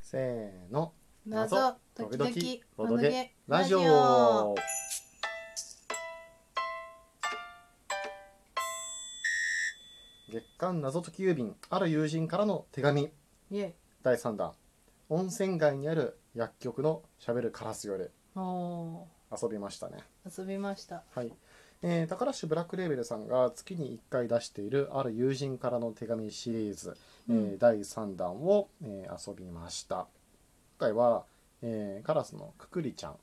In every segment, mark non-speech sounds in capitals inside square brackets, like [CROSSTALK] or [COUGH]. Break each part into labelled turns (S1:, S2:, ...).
S1: せーの謎
S2: 謎時々
S1: 時々
S2: ボドゲ
S1: ラジオ月刊謎解き郵便ある友人からの手紙
S2: イエ
S1: 第3弾温泉街にある薬局のしゃべるカラスより
S2: イお
S1: 遊びましたね
S2: ー遊びました
S1: はい、えー、宝石ブラックレーベルさんが月に1回出しているある友人からの手紙シリーズ、
S2: うん
S1: えー第3弾を、えー遊びました今回は、えーカラスのくくりちゃん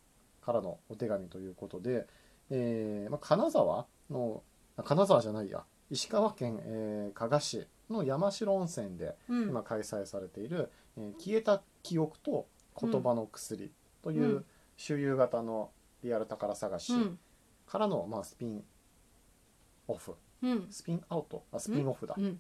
S1: からのお手紙ということで、えーまあ、金沢のあ金沢じゃないや石川県、えー加賀市の山代温泉で
S2: うん
S1: 今開催されている、えー消えた記憶と言葉の薬」という、
S2: うん
S1: 周遊型のリアル宝探し、
S2: うん
S1: からの、まあ、スピンオフ
S2: うん
S1: スピンアウトあスピンオフだ、
S2: うん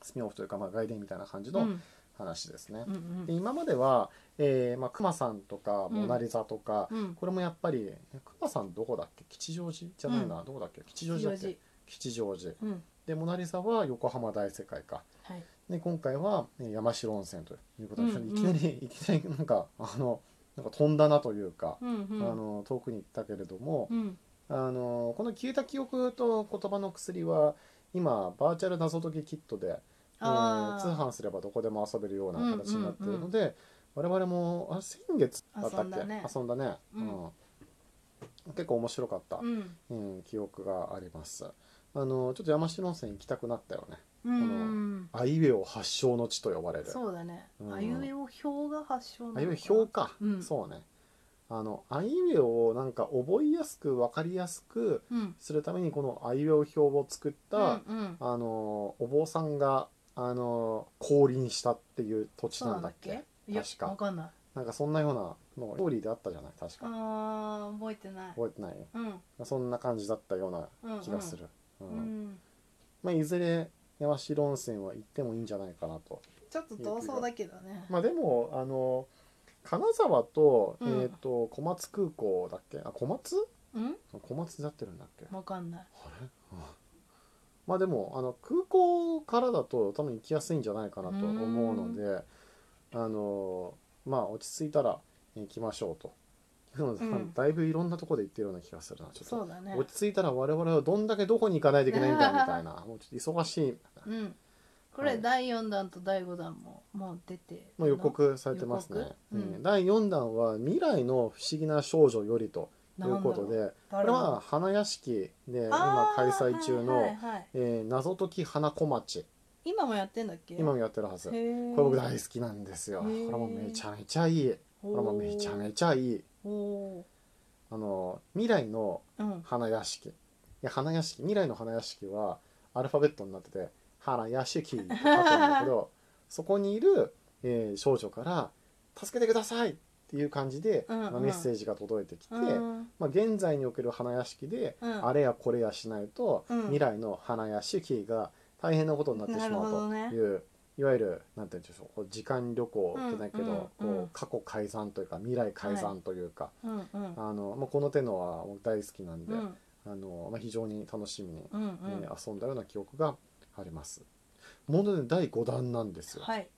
S1: スピンオフというか、まあ、外伝みたいな感じ
S2: う
S1: の
S2: ん
S1: 話ですね、
S2: うんう
S1: で
S2: ん
S1: 今までは、えーまあ、クマさんとか
S2: うん
S1: モナ・リザとか、
S2: うん
S1: これもやっぱりえクマさんどこだっけ吉祥寺じゃないな、どこだっけ吉祥寺だっけ吉祥寺
S2: うん
S1: でモナ・リザは横浜大世界か
S2: はい
S1: で今回は、えー山城温泉ということで、
S2: うんうん
S1: いきなりいきなりなんかあのなんか飛んだなというか、
S2: うんうん
S1: あの遠くに行ったけれども、
S2: うん
S1: あのこの消えた記憶と言葉の薬は今バーチャル謎解きキットで、えー
S2: あー
S1: 通販すればどこでも遊べるような形になっているので、我々もあれ先月だったっけ
S2: 遊んだね
S1: 遊んだね、
S2: うん
S1: うん結構面白かった、
S2: うん
S1: うん記憶がありますあのちょっと山城温泉行きたくなったよね
S2: うん
S1: あいうえお発祥の地と呼ばれる
S2: そうだね
S1: うん
S2: あゆえお表が発祥
S1: あ
S2: な
S1: いう
S2: の
S1: え
S2: か
S1: お表か、
S2: うん
S1: そうねあのあいうえおをなんか覚えやすく分かりやすく
S2: うん
S1: するためにこのあいうえお表を作った、
S2: うんうん
S1: あのお坊さんがあの降臨したっていう土地
S2: そう
S1: な
S2: なんん
S1: だ
S2: だ
S1: っ
S2: っ
S1: け
S2: けいや
S1: 確か
S2: わかんない
S1: なんかそんなようなのストーリーであったじゃない確か
S2: あー覚えてない
S1: 覚えてない
S2: うん
S1: そんな感じだったような
S2: うんうん
S1: 気がする、うん
S2: うん
S1: まあ、いずれ山城温泉は行ってもいいんじゃないかなと
S2: ちょっと遠そうだけどね
S1: まあでもあの金沢と,、
S2: うん
S1: えー、と小松空港だっけあ小松
S2: うん
S1: 小松でやってるんだっけ
S2: わかんない
S1: あれうんまあでもあの空港からだと多分行きやすいんじゃないかなと思うのであのまあ落ち着いたら行きましょうというので、
S2: う
S1: [LAUGHS]
S2: ん
S1: だいぶいろんなところで行ってるような気がするなちょっ
S2: そ
S1: と、
S2: うだね
S1: 落ち着いたら我々はどんだけどこに行かないといけないんだみたい
S2: [LAUGHS]
S1: なもうちょっと忙しい、
S2: うん、こ
S1: は
S2: れ
S1: い
S2: 第4弾と第5弾ももう出て
S1: まあ、予告されてます
S2: 予
S1: ね
S2: 告、うん
S1: うん第4弾は「未来の不思議な少女より」とい
S2: な
S1: うこと
S2: なんだろ
S1: でこ
S2: 誰
S1: れ
S2: だ
S1: は花屋敷で今
S2: あ
S1: 開
S2: ー
S1: 催中の、
S2: はいはいはい
S1: えー謎解き花小町
S2: 今もやってんだっけ
S1: 今もやってるはず
S2: へ
S1: これ
S2: ー
S1: 僕大好きなんですよ
S2: へ
S1: これ
S2: ー
S1: もめちゃめちゃいいこれもめちゃめちゃいい
S2: おー
S1: あの未来の
S2: うん
S1: 花屋敷いや花屋敷未来の花屋敷はアルファベットになってて「花屋敷」って書くんだけ
S2: [LAUGHS]
S1: どそこにいる、えー少女から「助けてください!」っていう感じで、
S2: うんうん
S1: まあメッセージが届いてきて、
S2: うん
S1: まあ、現在における花屋敷で、
S2: うん
S1: あれやこれやしないと、
S2: うん
S1: 未来の花屋敷が大変なことになってし
S2: なる
S1: ま
S2: ほど
S1: うと
S2: ね
S1: いう、いわゆるなんて言うんでしょうこう時間旅行じゃないけど、
S2: うんうんう
S1: こ
S2: ん
S1: う過去改ざんというか未来改ざんというか、
S2: うんうん
S1: あのまあ、この手のは僕大好きなんで、
S2: うん
S1: あのまあ、非常に楽しみに、
S2: うんう
S1: え
S2: ん
S1: ー遊んだような記憶があります。もので第5弾なんですよ。
S2: はい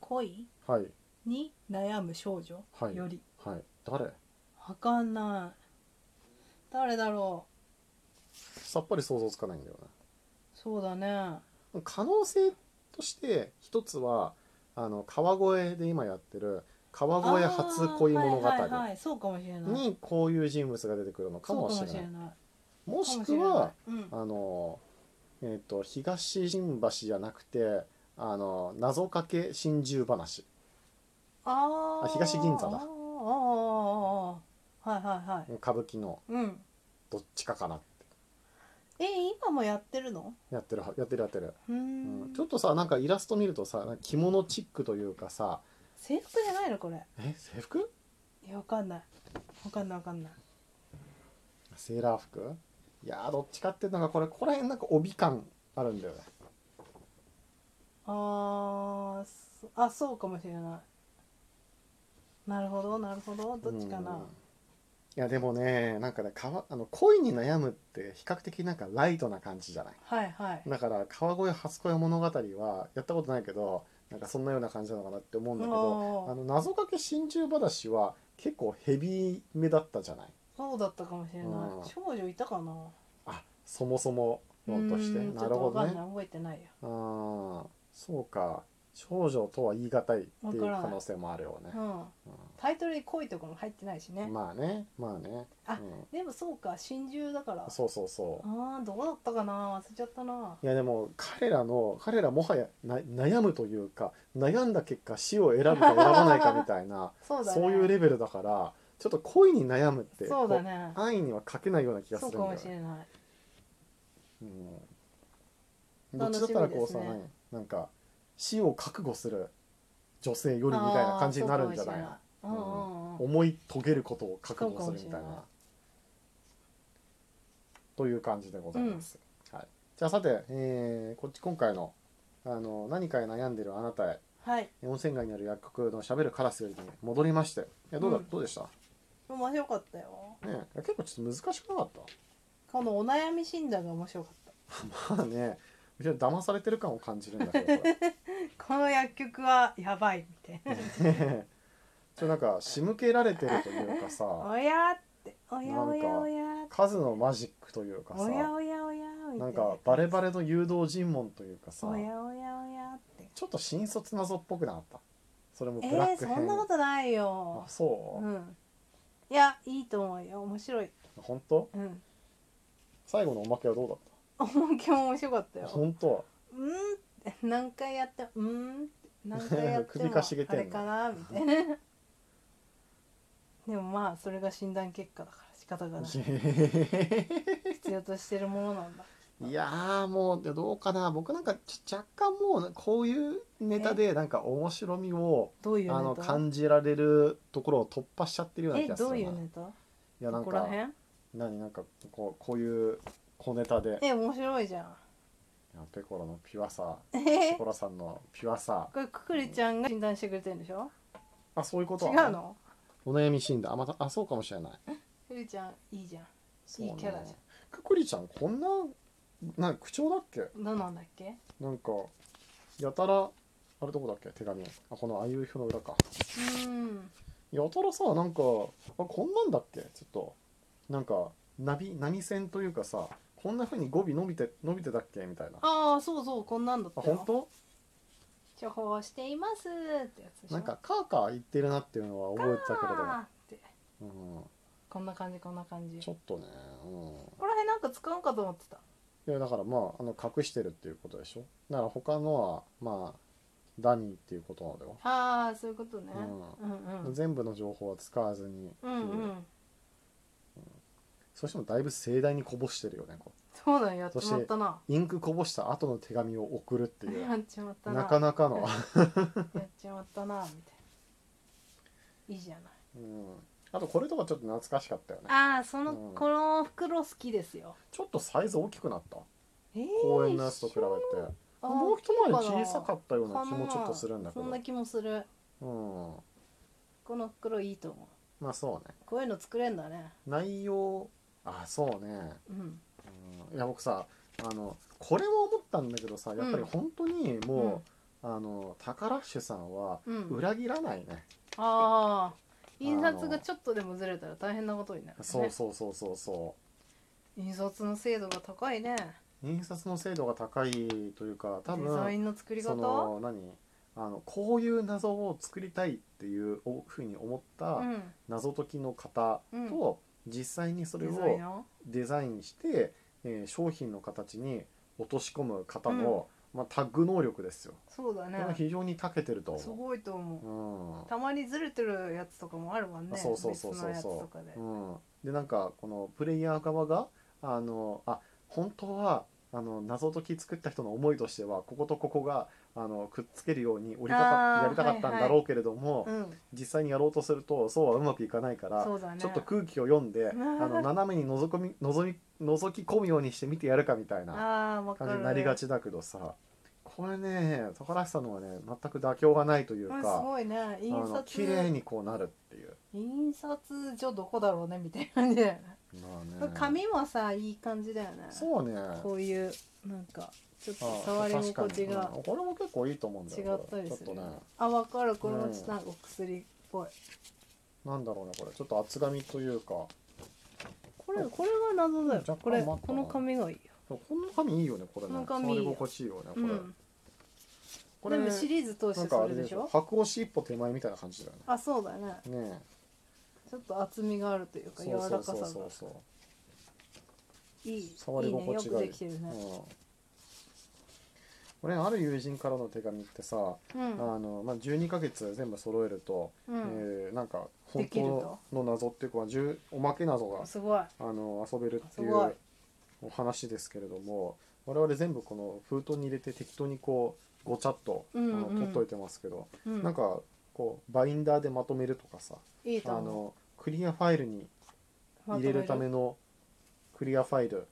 S2: 恋
S1: はい、
S2: に悩む少女
S1: はい
S2: より
S1: はい、誰
S2: わかんない誰だろ
S1: さっぱり想像つかないんだよね。
S2: うそうだね
S1: 可能性として一つはあの川越で今やってる川越初恋物語
S2: あーはいはいはいそうかもしれない
S1: にこういう人物が出てくるのか
S2: そう
S1: もしれ
S2: かも
S1: な
S2: し
S1: い
S2: れない
S1: も
S2: か
S1: し
S2: も
S1: く
S2: れない
S1: は
S2: うん
S1: あの、えっと東新橋じゃなくてあの謎かけ心中話
S2: あ
S1: あ東銀座だ
S2: あーあーあーはいはいはい
S1: 歌舞伎の
S2: うん
S1: どっちかかなって
S2: え今もやってるの
S1: やってるはやってるやってる、
S2: うー
S1: うんんちょっとさなんかイラスト見るとさなんか着物チックというかさ
S2: 制服じゃないのこれ
S1: え制服
S2: いやわかんないわかんないわかんない
S1: セーラー服いやーどっちかっていうのがこれここら辺なんか帯感あるんだよね
S2: あーそあそうかもしれないなるほどなるほどどっちか
S1: うん
S2: ない
S1: やでもねなんかねかわあの恋に悩むって比較的なんかライトな感じじゃない
S2: はいはい
S1: だから川越初恋物語はやったことないけどなんかそんなような感じなのかなって思うんだけどあ
S2: あ
S1: の謎かけ真珠話は結構ヘビーめだったじゃない
S2: そうだったかもしれない
S1: うん
S2: 少女いたかな
S1: あそもそも論として
S2: うん
S1: なるほどね
S2: ちょっとわかんない覚えてないよ
S1: ああそうか少女とは言い難いっていう可能性もあるよね
S2: う、んタイトルに恋とかも入ってないしね、
S1: うんまあねまあね
S2: あ
S1: う
S2: でもそうか真珠だから
S1: ん、そうそうそう
S2: あーどうだったかな忘れちゃったない
S1: やでも彼らの彼らもはやな悩むというか悩んだ結果死を選ぶか選ばないかみたいな
S2: そうだね
S1: そういうレベルだからちょっと恋に悩むって
S2: そうだね
S1: こう安易には書けないような気がす
S2: そ
S1: る
S2: うん
S1: だよ
S2: かも
S1: ね
S2: しれない
S1: うん、どっちだったらこうさ、
S2: 楽しみですね
S1: 何なんか死を覚悟する女性よりみたいな感じになるんじゃない
S2: あーそうかもしれないうんうんうん
S1: 思い遂げることを覚悟するみた
S2: そうか
S1: い
S2: もしれない
S1: な。という感じでございます。はい、じゃあさて、えーこっち今回のあの何かに悩んでるあなたへ
S2: はい
S1: 温泉街にある薬局のしゃべるカラスよりに戻りましていやどうだ、
S2: うん
S1: どうでした、ね
S2: 面白かったよ
S1: え、いや結構ちょっと難しくなかっ
S2: このお悩み診断が面白かっ
S1: た
S2: た
S1: まあね非常に騙されてる感を感じるんだけどこれ
S2: この薬局はやばいみたい [LAUGHS] な
S1: ねちょっとなんか仕向けられてるというかさ
S2: おやーっておや
S1: なん
S2: お
S1: か
S2: やおやーって
S1: 数のマジックというかさ
S2: おやおやおやみた
S1: ないん
S2: な
S1: かバレバレの誘導尋問というかさ
S2: おやおやおやって
S1: ちょっと新卒謎っぽくなかったそれも
S2: え
S1: ブラッ
S2: ー、
S1: ク
S2: そ
S1: 編、
S2: んなことない
S1: あ
S2: よ
S1: そう、
S2: うんいやいいと思うよ面白い
S1: 本当
S2: うん
S1: 最後のおまけはどうだっ
S2: 本気も面白かった
S1: た
S2: よ
S1: 本当
S2: うんって何回やってもうんって何回やっても
S1: 首かしげ
S2: あ
S1: てんの
S2: れかなみたいな [LAUGHS] でもまあそれが診断結果だから仕方がない必要としてるものなんだ
S1: [LAUGHS] いやーもうでどうかな僕なんかちょ若干もうこういうネタでなんか面白みを
S2: どう
S1: あ
S2: いう
S1: の
S2: ネタ
S1: 感じられるところを突破しちゃってるような
S2: え
S1: 気がする
S2: ど
S1: な
S2: う
S1: い
S2: いうネタ
S1: やな
S2: こ
S1: ん
S2: こら
S1: か
S2: 辺
S1: 何なんかこうこういう小ネタで
S2: え面白いじゃん
S1: いやペコロのピュアさ
S2: え
S1: ペ
S2: へへ
S1: コロさんのピュアさ
S2: [LAUGHS] これくくりちゃんが診断してくれてるんでしょ
S1: あそういうことは
S2: 違
S1: ね
S2: うの
S1: お悩み診断あまたあそうかもしれない
S2: くくりちゃんいいじゃん
S1: そうね
S2: いいキャラじゃん
S1: くくりちゃんこんななんか口調だっけ
S2: 何なんだっけ
S1: なんかやたらあれどこだっけ手紙あこのあいう表の裏か
S2: うん
S1: やたらさなんかあこんなんだっけちょっとなんか波波線というかさこんな風に語尾伸びて伸びてたっけみたいなあ
S2: ああそうそうこんなんだった
S1: 本
S2: よ
S1: 当
S2: 処方していますってやつでしょ
S1: なんかカーカー言ってるなっていうのは覚えてたけれど
S2: あーって
S1: も、
S2: こんな感じこんな感じ
S1: うん、ち
S2: こ
S1: ょっとねうん
S2: こら辺なんか使うんかと思ってた
S1: いやだからまああの隠してるっていうことでしょだから他のはまあダミーっていうことなのでは、
S2: ああそういうことね、
S1: う
S2: うん、うんうん
S1: 全部の情報は使わずにって
S2: う
S1: いう、
S2: んうん
S1: そしてもだいぶ盛大にこぼしてるよねこ
S2: そうだよやっちまったな
S1: うインクこぼした後の手紙を送るってい
S2: [LAUGHS] や
S1: う
S2: っちまったな
S1: なかなかの、
S2: やっちまったなみたいないいじゃない
S1: うん、あとこれとかちょっと懐かしかったよね
S2: ああその、
S1: うん
S2: この袋好きですよ
S1: ちょっとサイズ大きくなった
S2: えー
S1: 公園のやつと比べて
S2: あー
S1: もう一回り小さか
S2: っ
S1: ったような気もちょっとするんだけ
S2: そん
S1: ど
S2: な気もする
S1: うん
S2: この袋いいと思う
S1: まあそうね
S2: こういうの作れんだね
S1: 内容あそうね
S2: うん
S1: うんいや僕さあのこれも思ったんだけどさやっぱり本当にもう、あのタカラッシュさんは
S2: うん、うん、
S1: 裏切らないね、
S2: ああ印刷がちょっとでもずれたら大変なことになる、ね、
S1: そうそうそうそうそ
S2: 印刷の精度が高いね
S1: う印刷の精度が高いというか多
S2: デザイ
S1: 分
S2: ンの作り
S1: そ
S2: 方
S1: の何あのこういう謎を作りたいっていうおふうに思っ
S2: う
S1: た
S2: ん
S1: 謎解きの方と、実際にそれ
S2: デザイ
S1: を
S2: ナ
S1: デザインして、えー商品の形に落とし込む方の、まあ、タッグ能力ですよ。
S2: ーそうだ
S1: これは
S2: ね
S1: 非常に長けてると
S2: す
S1: 思う。
S2: ごいと思
S1: うん
S2: うたまにずれてるやつとかもあるわね
S1: そうそうそうそう
S2: 別のやつと
S1: そ
S2: かで
S1: う、うん、でなんかこのプレイヤー側があのあ本当はあの謎解き作った人の思いとしてはこことここがあのくっつけるように折りた
S2: あ
S1: か
S2: ー
S1: やりたかったんだろうけれども、
S2: うん
S1: 実際にやろうとするとそうはうまくいかないから、
S2: そうだね
S1: ちょっと空気を読んであ
S2: ん
S1: の斜めに覗み覗み覗き込むようにして見てやるかみたいな
S2: あーわか
S1: 感じ
S2: る
S1: になりがちだけどさこれね高橋さんのはね全く妥協がないという
S2: うんす
S1: か、
S2: ごいね
S1: あ
S2: 印
S1: の綺麗
S2: 刷
S1: にこうなるっていう。
S2: 印刷所どこだろうねみたいな感じだよね
S1: まあね
S2: 紙もさいい感じだよね
S1: そうね
S2: こういうなんかちょっと
S1: あ
S2: 触り
S1: 確か
S2: 心
S1: に
S2: 地が
S1: うんこれも結構いいと思うんだ
S2: 違
S1: よ
S2: っ
S1: こ
S2: た
S1: れ
S2: りす
S1: ちょ
S2: る
S1: っとね
S2: あ分かるこれも
S1: うん
S2: ちょっとなんかお薬っぽい
S1: なんだろうねこれちょっと厚紙というか
S2: これこれは謎だよ
S1: 若干
S2: これ
S1: 待った
S2: この紙がいいよ
S1: この紙いいよねこれ
S2: この
S1: ね
S2: 紙
S1: 触り心地いいよねこ
S2: う
S1: れ、
S2: ん
S1: これ
S2: でもシリーズ通し
S1: なん
S2: て
S1: か
S2: そ
S1: あ
S2: れ
S1: れ
S2: で
S1: で
S2: し
S1: しょ
S2: ょ
S1: 白押し一歩手前みたいな感じだよ
S2: あそうだね
S1: ねね
S2: ちょっと厚みがあるという
S1: え
S2: か柔らか
S1: そ
S2: さ
S1: う
S2: が
S1: そうそうそう
S2: いい
S1: 触り
S2: いいね
S1: 心
S2: よ
S1: 地
S2: く
S1: がいい
S2: できてるね
S1: うん、俺ある友人からの手紙ってさ、
S2: うん
S1: あのまあ、12ヶ月全部揃えると、
S2: うん
S1: えーなんか
S2: で
S1: 本
S2: きると
S1: 当の謎っていうか10おまけ謎が
S2: すごい
S1: あの遊べるってい
S2: すごいう
S1: お話ですけれども我々全部この封筒に入れて適当にこうごちゃっと、
S2: うんうん
S1: あの取っといてますけど、
S2: うん
S1: なんかこうバインダーでまとめるとかさ
S2: いい
S1: あ
S2: と思
S1: のクリアファイルに
S2: うまと
S1: 入
S2: め
S1: れるためのクリアファイル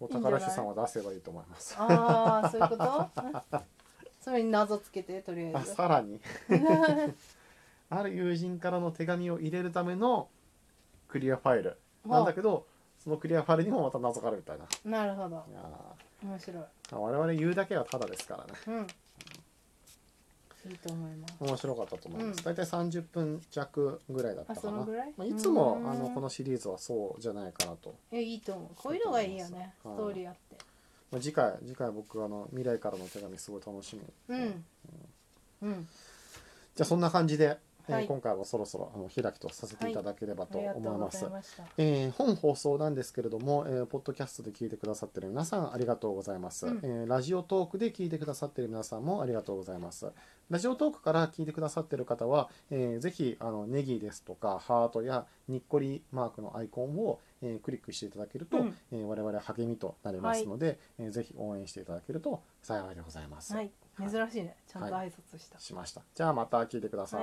S1: を
S2: いいんじゃな
S1: 宝
S2: い
S1: 石さんは出せばいいと思います。
S2: ああそういうこと
S1: [LAUGHS]
S2: それに謎つけてとりあ
S1: あ
S2: えず [LAUGHS]
S1: さらにある友人からの手紙を入れるためのクリアファイルなんだけどそのクリアファイルにもまた謎があるみたいな。
S2: ほうなるほど
S1: いや
S2: 面白い
S1: ー我々言うだけはただですからね
S2: うんいいと思います
S1: 面白かったと思います、
S2: うん
S1: 大体30分弱ぐらいだった
S2: あ
S1: か
S2: そ
S1: な
S2: のぐらい
S1: まあ、いつも
S2: うん
S1: あのこのシリーズはそうじゃないかなと、
S2: いやいいと思うこういうのがいいよね
S1: そうだと思いま
S2: ス
S1: す
S2: トーリーあって
S1: まあ、次回次回僕あの未来からの手紙すごい楽しみ、
S2: うんうん
S1: じゃあそんな感じで、えー
S2: はい
S1: 今回はそろそろあの開きとさせていただければ
S2: あ
S1: と
S2: りがと
S1: 思いうま
S2: ご
S1: す、
S2: ざいました
S1: えー本放送なんですけれども、えーポッドキャストで聞いてくださってる皆さんありがとうございます、
S2: うん
S1: えーラジオトークで聞いてくださってる皆さんもありがとうございますラジオトークから聞いてくださってる方は、えーぜひあのネギですとかハートやにっこりマークのアイコンを、えークリックしていただけると、
S2: うん
S1: えー我々励みとなりますので、えーぜひ応援していただけると幸いでございます、
S2: はい珍しいねちゃんと挨拶した
S1: しましたじゃあまた聞いてください